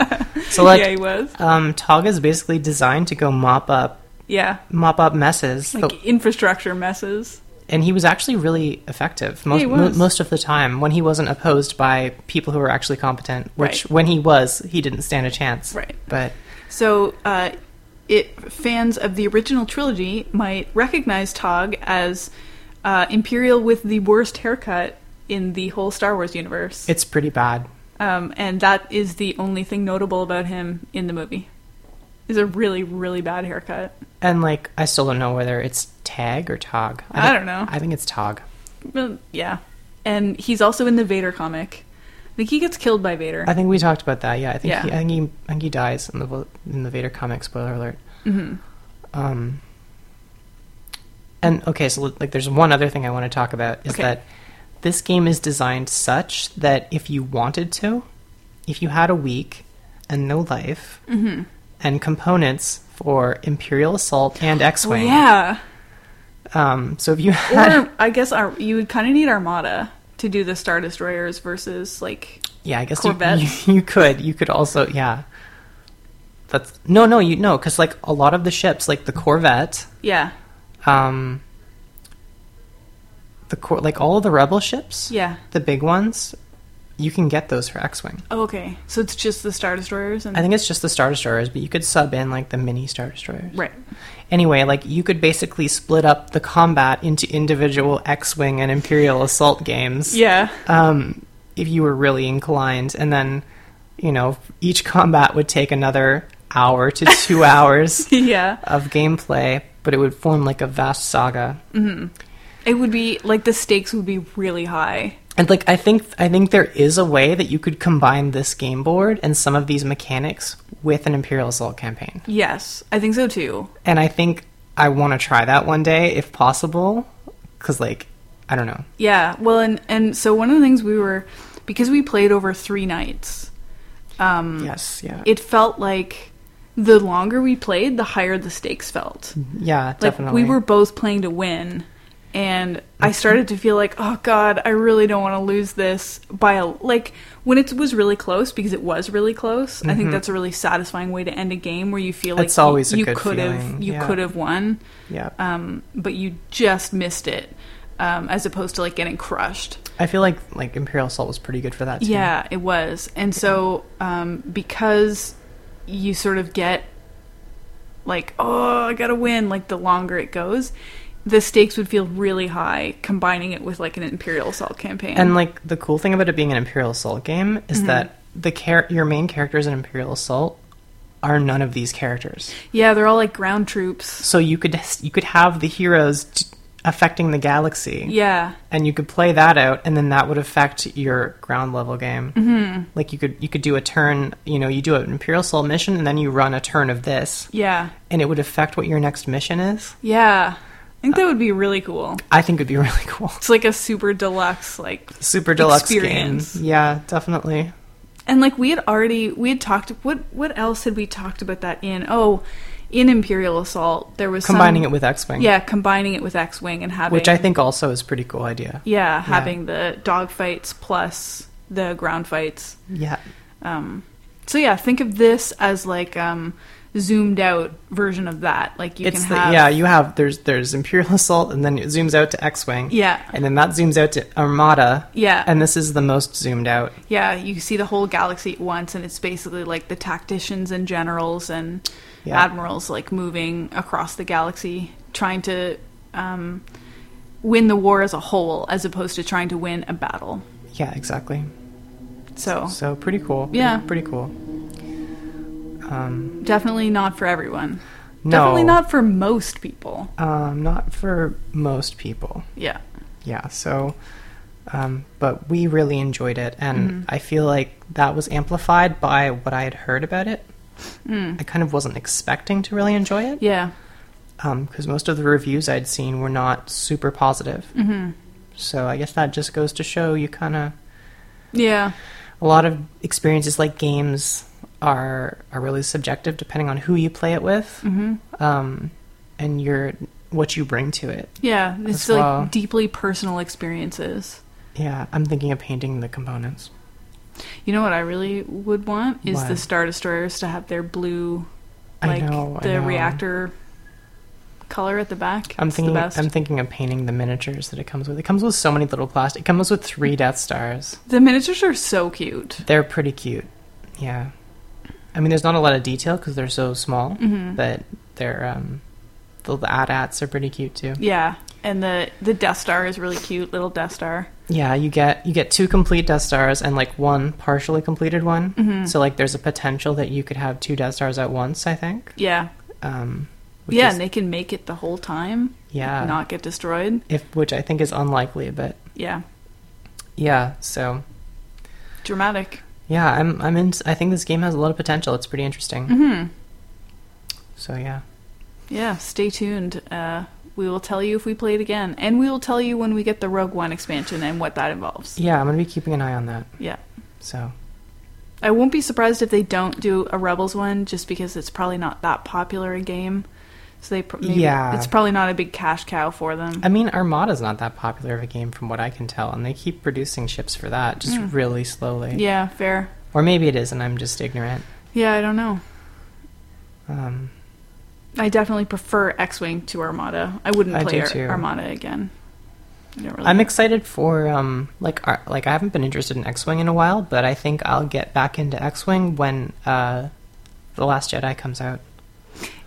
So, like, yeah, he was. um, Tog is basically designed to go mop up Yeah, mop up messes. like The- infrastructure messes. and he was actually really effective most, he was. mo- most of the time when he wasn't opposed by people who were actually competent, which Right. when he was, he didn't stand a chance. Right. But So, uh, it fans of the original trilogy might recognize Tog as uh, Imperial with the worst haircut in the whole Star Wars universe, it's pretty bad. um, and that is the only thing notable about him in the movie. Is a really really bad haircut. And like, I still don't know whether it's Tag or Tog. I thi- don't know. I think it's Tog. Well, yeah, and he's also in the Vader comic. I think he gets killed by Vader. I think we talked about that. Yeah, I think Yeah. He, I think he I think he dies in the vo- in the Vader comic. Spoiler alert. Mm-hmm. Um. And okay, so like, there's one other thing I want to talk about is Okay. that this game is designed such that if you wanted to, if you had a week and no life, Mm-hmm. and components for Imperial Assault and Well, X-wing. Oh, yeah. Um. So if you had, Or I guess our, you would kind of need Armada to do the Star Destroyers versus like Yeah, I guess you, (laughs) Corvettes. you you could you could also yeah. That's no no you no because like a lot of the ships like the Corvette, yeah, um, the cor- like all of the Rebel ships, yeah. the big ones, you can get those for X-wing. Oh, okay, so it's just the Star Destroyers and I think it's just the Star Destroyers, but you could sub in like the mini Star Destroyers. (laughs) right. Anyway, like you could basically split up the combat into individual X-wing and Imperial assault games. Yeah, (laughs) um, if you were really inclined. And then, you know, each combat would take another hour to two hours yeah. of gameplay, but it would form like a vast saga. It would be like the stakes would be really high. And like I think I think there is a way that you could combine this game board and some of these mechanics with an Imperial Assault campaign. Yes, I think so too. And I think I want to try that one day if possible cuz like I don't know. Yeah. Well, and and so one of the things we were because we played over three nights. Um, Yes, yeah. it felt like the longer we played, the higher the stakes felt. yeah, Like Mm, definitely. we were both playing to win, and I started to feel like, oh god, I really don't want to lose this by a like when it was really close because it was really close. I think that's a really satisfying way to end a game where you feel like Mm-hmm. It's always a you good could have feeling, you yeah. could have won, yeah. um, but you just missed it, um, as opposed to like getting crushed. I feel like like Imperial Assault was pretty good for that too. Yeah, it was. And so um, because you sort of get like, oh, I gotta win, like the longer it goes, the stakes would feel really high combining it with like an Imperial Assault campaign. And like the cool thing about it being an Imperial Assault game is Mm-hmm. that the char- your main characters in Imperial Assault are none of these characters. yeah, they're all like ground troops. So you could you could have the heroes t- affecting the galaxy, Yeah. and you could play that out, and then that would affect your ground level game. Mm-hmm. Like you could you could do a turn, you know, you do an Imperial Assault mission, and then you run a turn of this, Yeah. and it would affect what your next mission is. Yeah. I think that would be really cool. I think it'd be (laughs) really cool. It's like a super deluxe, like Super deluxe Experience. game. Yeah, definitely. And like we had already we had talked what what else had we talked about that in? Oh, in Imperial Assault there was some- Combining it with X-wing. Yeah, combining it with X Wing and having Which I think also is a pretty cool idea. yeah, having the dog fights plus the ground fights. Yeah. Um, so yeah, think of this as like um, zoomed out version of that. Like you it's can the, have yeah, you have there's there's Imperial (laughs) Assault and then it zooms out to X-wing. yeah And then that zooms out to Armada. yeah And this is the most zoomed out. yeah. You see the whole galaxy at once, and it's basically like the tacticians and generals and Yeah. admirals like moving across the galaxy, trying to um, win the war as a whole, as opposed to trying to win a battle. Yeah, exactly. So So pretty cool. Yeah. Pretty cool. Um definitely not for everyone. no, Definitely not for most people. um not for most people. Yeah. Yeah, so um but we really enjoyed it and Mm-hmm. I feel like that was amplified by what I had heard about it. Hmm. I kind of wasn't expecting to really enjoy it. Yeah. because um, most of the reviews I'd seen were not super positive. Mm-hmm. So I guess that just goes to show you kind of Yeah. a lot of experiences like games are are really subjective depending on who you play it with, mm-hmm. um, and your what you bring to it. Yeah. It's As like well. deeply personal experiences. Yeah, I'm thinking of painting the components. You know what I really would want is the What? Star Destroyers to have their blue I like know, I the know. reactor color at the back. I'm It's the thinking. best. I'm thinking of painting the miniatures that it comes with. It comes with so many little plastic. It comes with three Death Stars. the miniatures are so cute. They're pretty cute. Yeah, I mean, there's not a lot of detail because they're so small, Mm-hmm. but they're um, the, the AT-ATs are pretty cute too. Yeah, and the the Death Star is really cute, little Death Star. Yeah, you get you get two complete Death Stars and like one partially completed one. Mm-hmm. So like, there's a potential that you could have two Death Stars at once. I think. Yeah, Um, which yeah, is- and they can make it the whole time. Yeah. not get destroyed. if which I think is unlikely, but Yeah, yeah. So dramatic. yeah, I'm I'm in. I think this game has a lot of potential. It's pretty interesting. Mm-hmm. So yeah, Yeah, stay tuned. Uh, we will tell you if we play it again, and we will tell you when we get the Rogue One expansion and what that involves. yeah, I'm gonna be keeping an eye on that. Yeah. So I won't be surprised if they don't do a Rebels one, just because it's probably not that popular a game. So they pr- maybe, Yeah. it's probably not a big cash cow for them. I mean, Armada's not that popular of a game from what I can tell, and they keep producing ships for that just really slowly. Mm. yeah, fair. Or maybe it is, and I'm just ignorant. Yeah, I don't know. Um, I definitely prefer X-wing to Armada. I wouldn't I play do Ar- too. Armada again. I don't really I'm excited for um, like ar- like I haven't been interested in X-wing in a while, but I think I'll get back into X-wing when uh, the Last Jedi comes out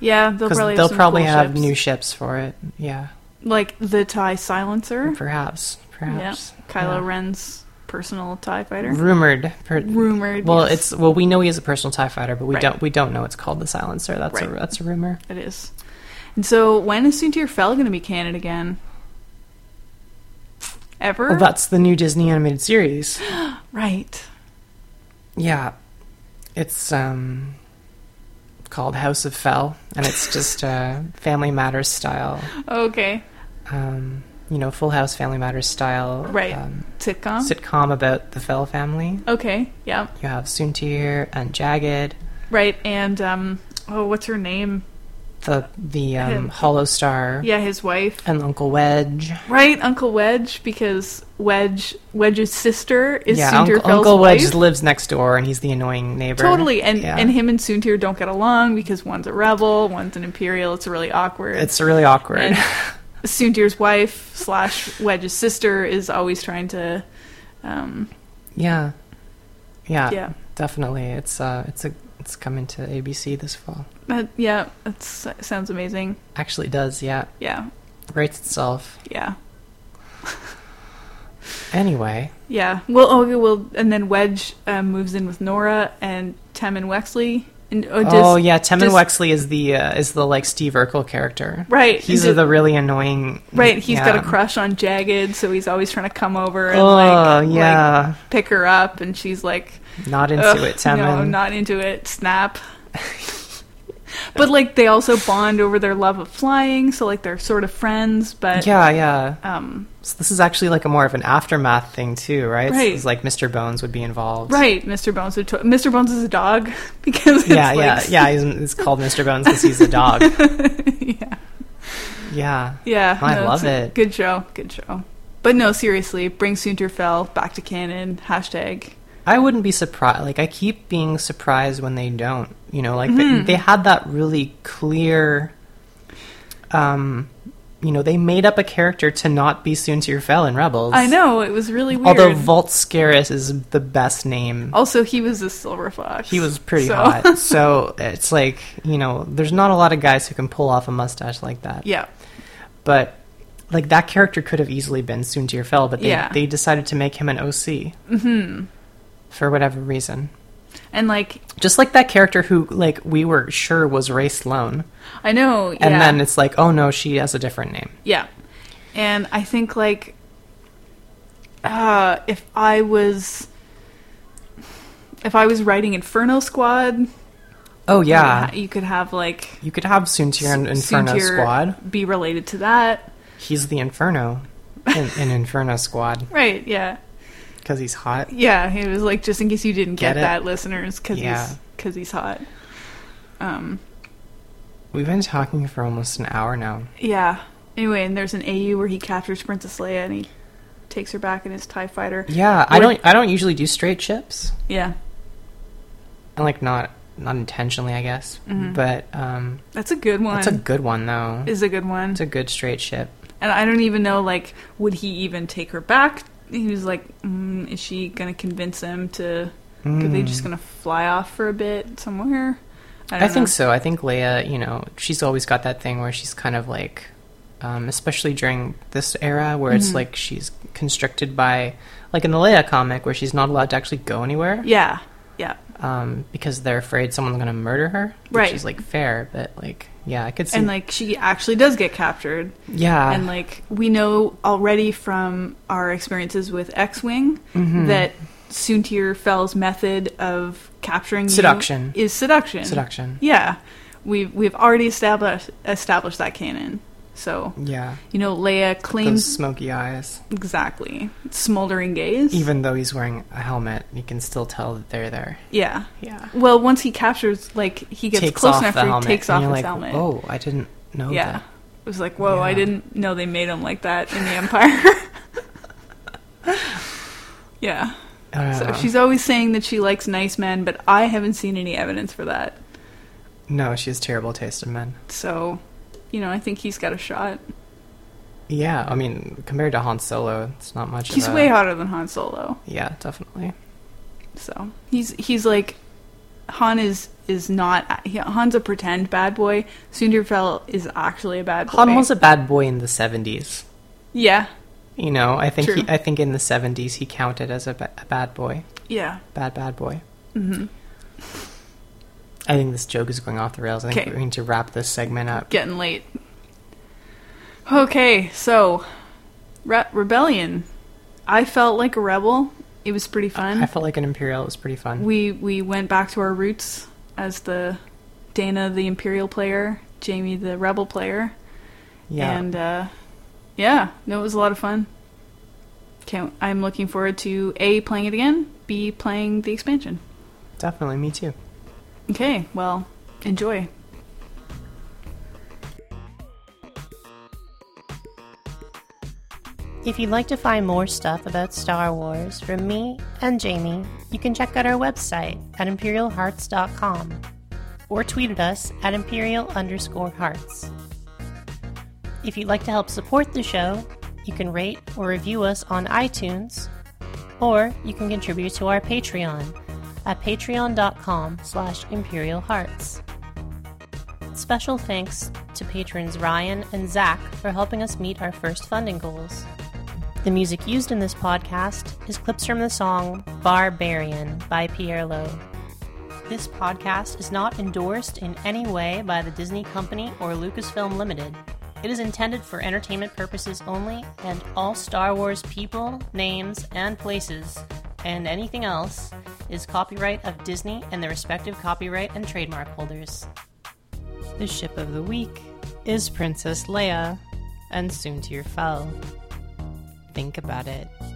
yeah, they'll because probably they'll have some probably cool have ships. new ships for it. Yeah, like the Tie Silencer. perhaps, perhaps. Yeah, Kylo Yeah. Ren's personal Tie fighter. Rumored, per- Rumored. Well, yes, it's well we know he is a personal Tie fighter, but we Right. don't we don't know it's called the Silencer. That's a Right. that's a rumor. it is. And so, when is Soontir Fell going to be canon again? Ever? Well, that's the new Disney animated series. right. Yeah, it's um called House of Fell, and it's just uh, Family Matters style. Okay. um, you know, Full House Family Matters style Right. Uh-huh. um, Sitcom. sitcom about the Fell family. okay. Yeah. You have Soontir and Jagged, Right. And um. Oh, what's her name? the the um, Him. Hollow Star, Yeah, his wife. and Uncle Wedge. Right, Uncle Wedge, because Wedge Wedge's sister is yeah, Soontir Uncle, Fell's Uncle wife. Wedge lives next door, and he's the annoying neighbor. Totally, and Yeah. and him and Soontir don't get along because one's a rebel, one's an imperial. It's really awkward. it's really awkward. and Soontir's wife slash Wedge's sister is always trying to. Um, (laughs) yeah. yeah, Yeah. definitely. It's uh, it's a it's coming to ABC this fall. but yeah, that sounds amazing. Actually, it does yeah, Yeah, writes itself. yeah, Anyway, yeah. Well, oh, okay, well, and then Wedge um, moves in with Nora and Tem and Wexley. And, oh, does- oh yeah, Tim and does- Wexley is the uh, is the like Steve Urkel character. Right. He's Does- the really annoying. Right, he's yeah. got a crush on Jagged, so he's always trying to come over and Oh like, like, yeah, pick her up, and she's like, not into "Ugh, it, Temin. no, not into it, snap. but like they also bond over their love of flying, so like they're sort of friends, but yeah, yeah. um, So this is actually like a more of an aftermath thing too, right? Right. It's like Mr. Bones would be involved. right, Mr. Bones would to- Mr. Bones is a dog (laughs) because (laughs) it's Yeah, like, yeah, yeah. He's, it's called Mr. Bones because he's a dog. (laughs) yeah, Yeah. yeah. I no, love it's a- it. Good show, good show. But no, seriously, bring Sunterfell back to canon. Hashtag. I wouldn't be surprised. Like I keep being surprised when they don't. You know, like Hmm. they, they had that really clear. Um, you know, they made up a character to not be soon to your fell in Rebels. I know it was really weird. Although Volt Scaris is the best name. Also, he was a silver fox. He was pretty so- hot. So it's like, you know, there's not a lot of guys who can pull off a mustache like that. (laughs) yeah, But like that character could have easily been Soontir Fell, but they, Yeah. they decided to make him an OC. Mm-hmm. For whatever reason. and like Just like that character who like we were sure was Ray Sloan. I know, And yeah, then it's like, oh no, she has a different name. yeah, and I think like uh, if I was if I was writing Inferno Squad, Oh yeah. you could have like You could have Soontir and Inferno Soontir Squad. be related to that, He's the Inferno in, in Inferno Squad right? Yeah, because he's hot. yeah. It was like just in case you didn't Get get, it? that, listeners, because Yeah. he's because he's hot. Um, We've been talking for almost an hour now. yeah. Anyway, and there's an AU where he captures Princess Leia and he takes her back in his Tie Fighter. Yeah, I We're- don't. I don't usually do straight chips. Yeah. I'm like not not intentionally, I guess. But um, That's a good Mm-hmm. one. that's a good one though. is a good one. It's a good straight ship. and I don't even know, like, would he even take her back? He was like, mm, is she gonna convince him to? Are Mm. they just gonna fly off for a bit somewhere? I, don't know. think so. Hmm. I think Leia, you know, she's always got that thing where she's kind of like, um, especially during this era where Mm-hmm. it's like she's constricted by, like in the Leia comic, where she's not allowed to actually go anywhere Yeah, yeah. um, because they're afraid someone's going to murder her. which Right. is like fair, but like, yeah, I could see. And like she actually does get captured. yeah. and like we know already from our experiences with X-wing Hmm. Mm-hmm. that Suntir Fell's method of capturing you Seduction. is seduction. seduction. Yeah, we've we've already established established that canon. So Yeah. you know Leia Those claims smoky eyes. exactly smoldering gaze. Even though he's wearing a helmet, you can still tell that they're there. yeah. Yeah. Well, once he captures, like he gets takes close off enough, the where he helmet. takes and off you're his like, helmet. Oh, I didn't know yeah. that. It was like, whoa! I Yeah. didn't know they made him like (laughs) that in the Empire. yeah. I don't So know. she's always saying that she likes nice men, but I haven't seen any evidence for that. no, she has terrible taste in men. So, you know, I think he's got a shot. Yeah, I mean, compared to Han Solo, it's not much. He's of a, way hotter than Han Solo. Yeah, definitely. So he's he's like Han is is not he, Han's a pretend bad boy. Sunderfell is actually a bad boy. Han was a bad boy in the seventies. yeah You know, I think he, True. I think in the seventies he counted as a, ba- a bad boy, yeah bad bad boy. hmm I think this joke is going off the rails. I think Okay. we need to wrap this segment up. getting late. Okay, so Re- rebellion. I felt like a rebel. It was pretty fun. I felt like an Imperial. It was pretty fun. We we went back to our roots as the Dana the Imperial player, Jamie the Rebel player, yeah, and uh, yeah, no, it was a lot of fun. Can't, I'm looking forward to a playing it again, b playing the expansion. definitely. Me too. Okay, well, enjoy. If you'd like to find more stuff about Star Wars from me and Jamie, you can check out our website at imperialhearts.com or tweet at us at imperial underscore hearts. If you'd like to help support the show, you can rate or review us on iTunes, or you can contribute to our Patreon at patreon.com slash imperial hearts. Special thanks to patrons Ryan and Zach for helping us meet our first funding goals. The music used in this podcast is clips from the song Barbarian by Pierre Lowe. This podcast is not endorsed in any way by the Disney Company or Lucasfilm Limited. It is intended for entertainment purposes only, and all Star Wars people, names, and places, and anything else, is copyright of Disney and their respective copyright and trademark holders. The ship of the week is Princess Leia, and soon to your foe. Think about it.